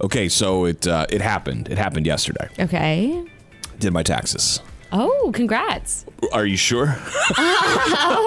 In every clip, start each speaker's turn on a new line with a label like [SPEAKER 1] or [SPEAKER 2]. [SPEAKER 1] Okay, so it uh, it happened. It happened yesterday.
[SPEAKER 2] Okay.
[SPEAKER 1] Did my taxes.
[SPEAKER 2] Oh, congrats.
[SPEAKER 1] Are you sure?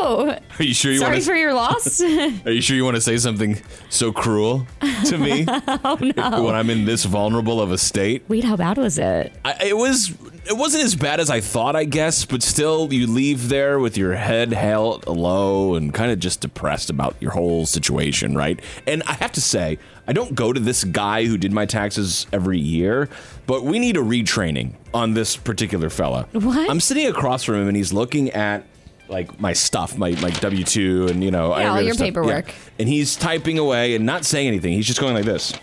[SPEAKER 2] Oh,
[SPEAKER 1] Are you sure you
[SPEAKER 2] sorry
[SPEAKER 1] want
[SPEAKER 2] for
[SPEAKER 1] to?
[SPEAKER 2] your loss.
[SPEAKER 1] Are you sure you want to say something so cruel to me
[SPEAKER 2] oh, no.
[SPEAKER 1] when I'm in this vulnerable of a state?
[SPEAKER 2] Wait, how bad was it?
[SPEAKER 1] I, it was. It wasn't as bad as I thought, I guess, but still, you leave there with your head held low and kind of just depressed about your whole situation, right? And I have to say, I don't go to this guy who did my taxes every year, but we need a retraining on this particular fella.
[SPEAKER 2] What?
[SPEAKER 1] I'm sitting across from him and he's looking at like my stuff, my my W two, and you know, every
[SPEAKER 2] Yeah, all
[SPEAKER 1] other
[SPEAKER 2] your
[SPEAKER 1] stuff.
[SPEAKER 2] paperwork.
[SPEAKER 1] And he's typing away and not saying anything. He's just going like this.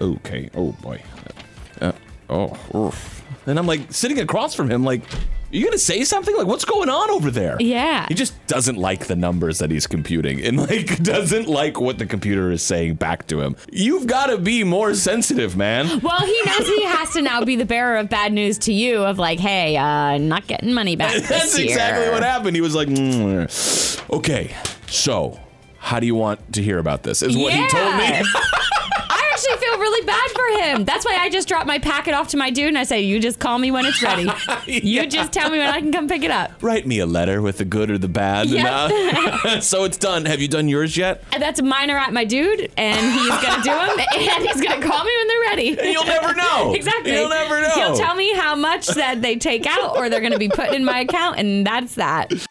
[SPEAKER 1] Okay. Oh boy. Uh, oh. oof. And I'm like sitting across from him, like, are you gonna say something? Like, what's going on over there?
[SPEAKER 2] Yeah.
[SPEAKER 1] He just doesn't like the numbers that he's computing, and like doesn't like what the computer is saying back to him. You've got to be more sensitive, man.
[SPEAKER 2] Well, he knows he has to now be the bearer of bad news to you of like, hey, uh, not getting money back. this
[SPEAKER 1] That's
[SPEAKER 2] year.
[SPEAKER 1] exactly what happened. He was like, "Mm." okay, so how do you want to hear about this? Is what he told
[SPEAKER 2] Yeah.
[SPEAKER 1] me.
[SPEAKER 2] I actually feel really bad for him. That's why I just drop my packet off to my dude and I say, you just call me when it's ready.
[SPEAKER 1] Yeah.
[SPEAKER 2] You just tell me when I can come pick it up.
[SPEAKER 1] Write me a letter with the good or the bad. and,
[SPEAKER 2] Yep.
[SPEAKER 1] uh, so it's done. Have you done yours yet?
[SPEAKER 2] And That's a minor at my dude, and he's gonna do him, and he's gonna call me when they're ready.
[SPEAKER 1] You'll never know.
[SPEAKER 2] Exactly.
[SPEAKER 1] You'll never know.
[SPEAKER 2] He'll tell me how much that they take out or they're going to be put in my account, and that's that.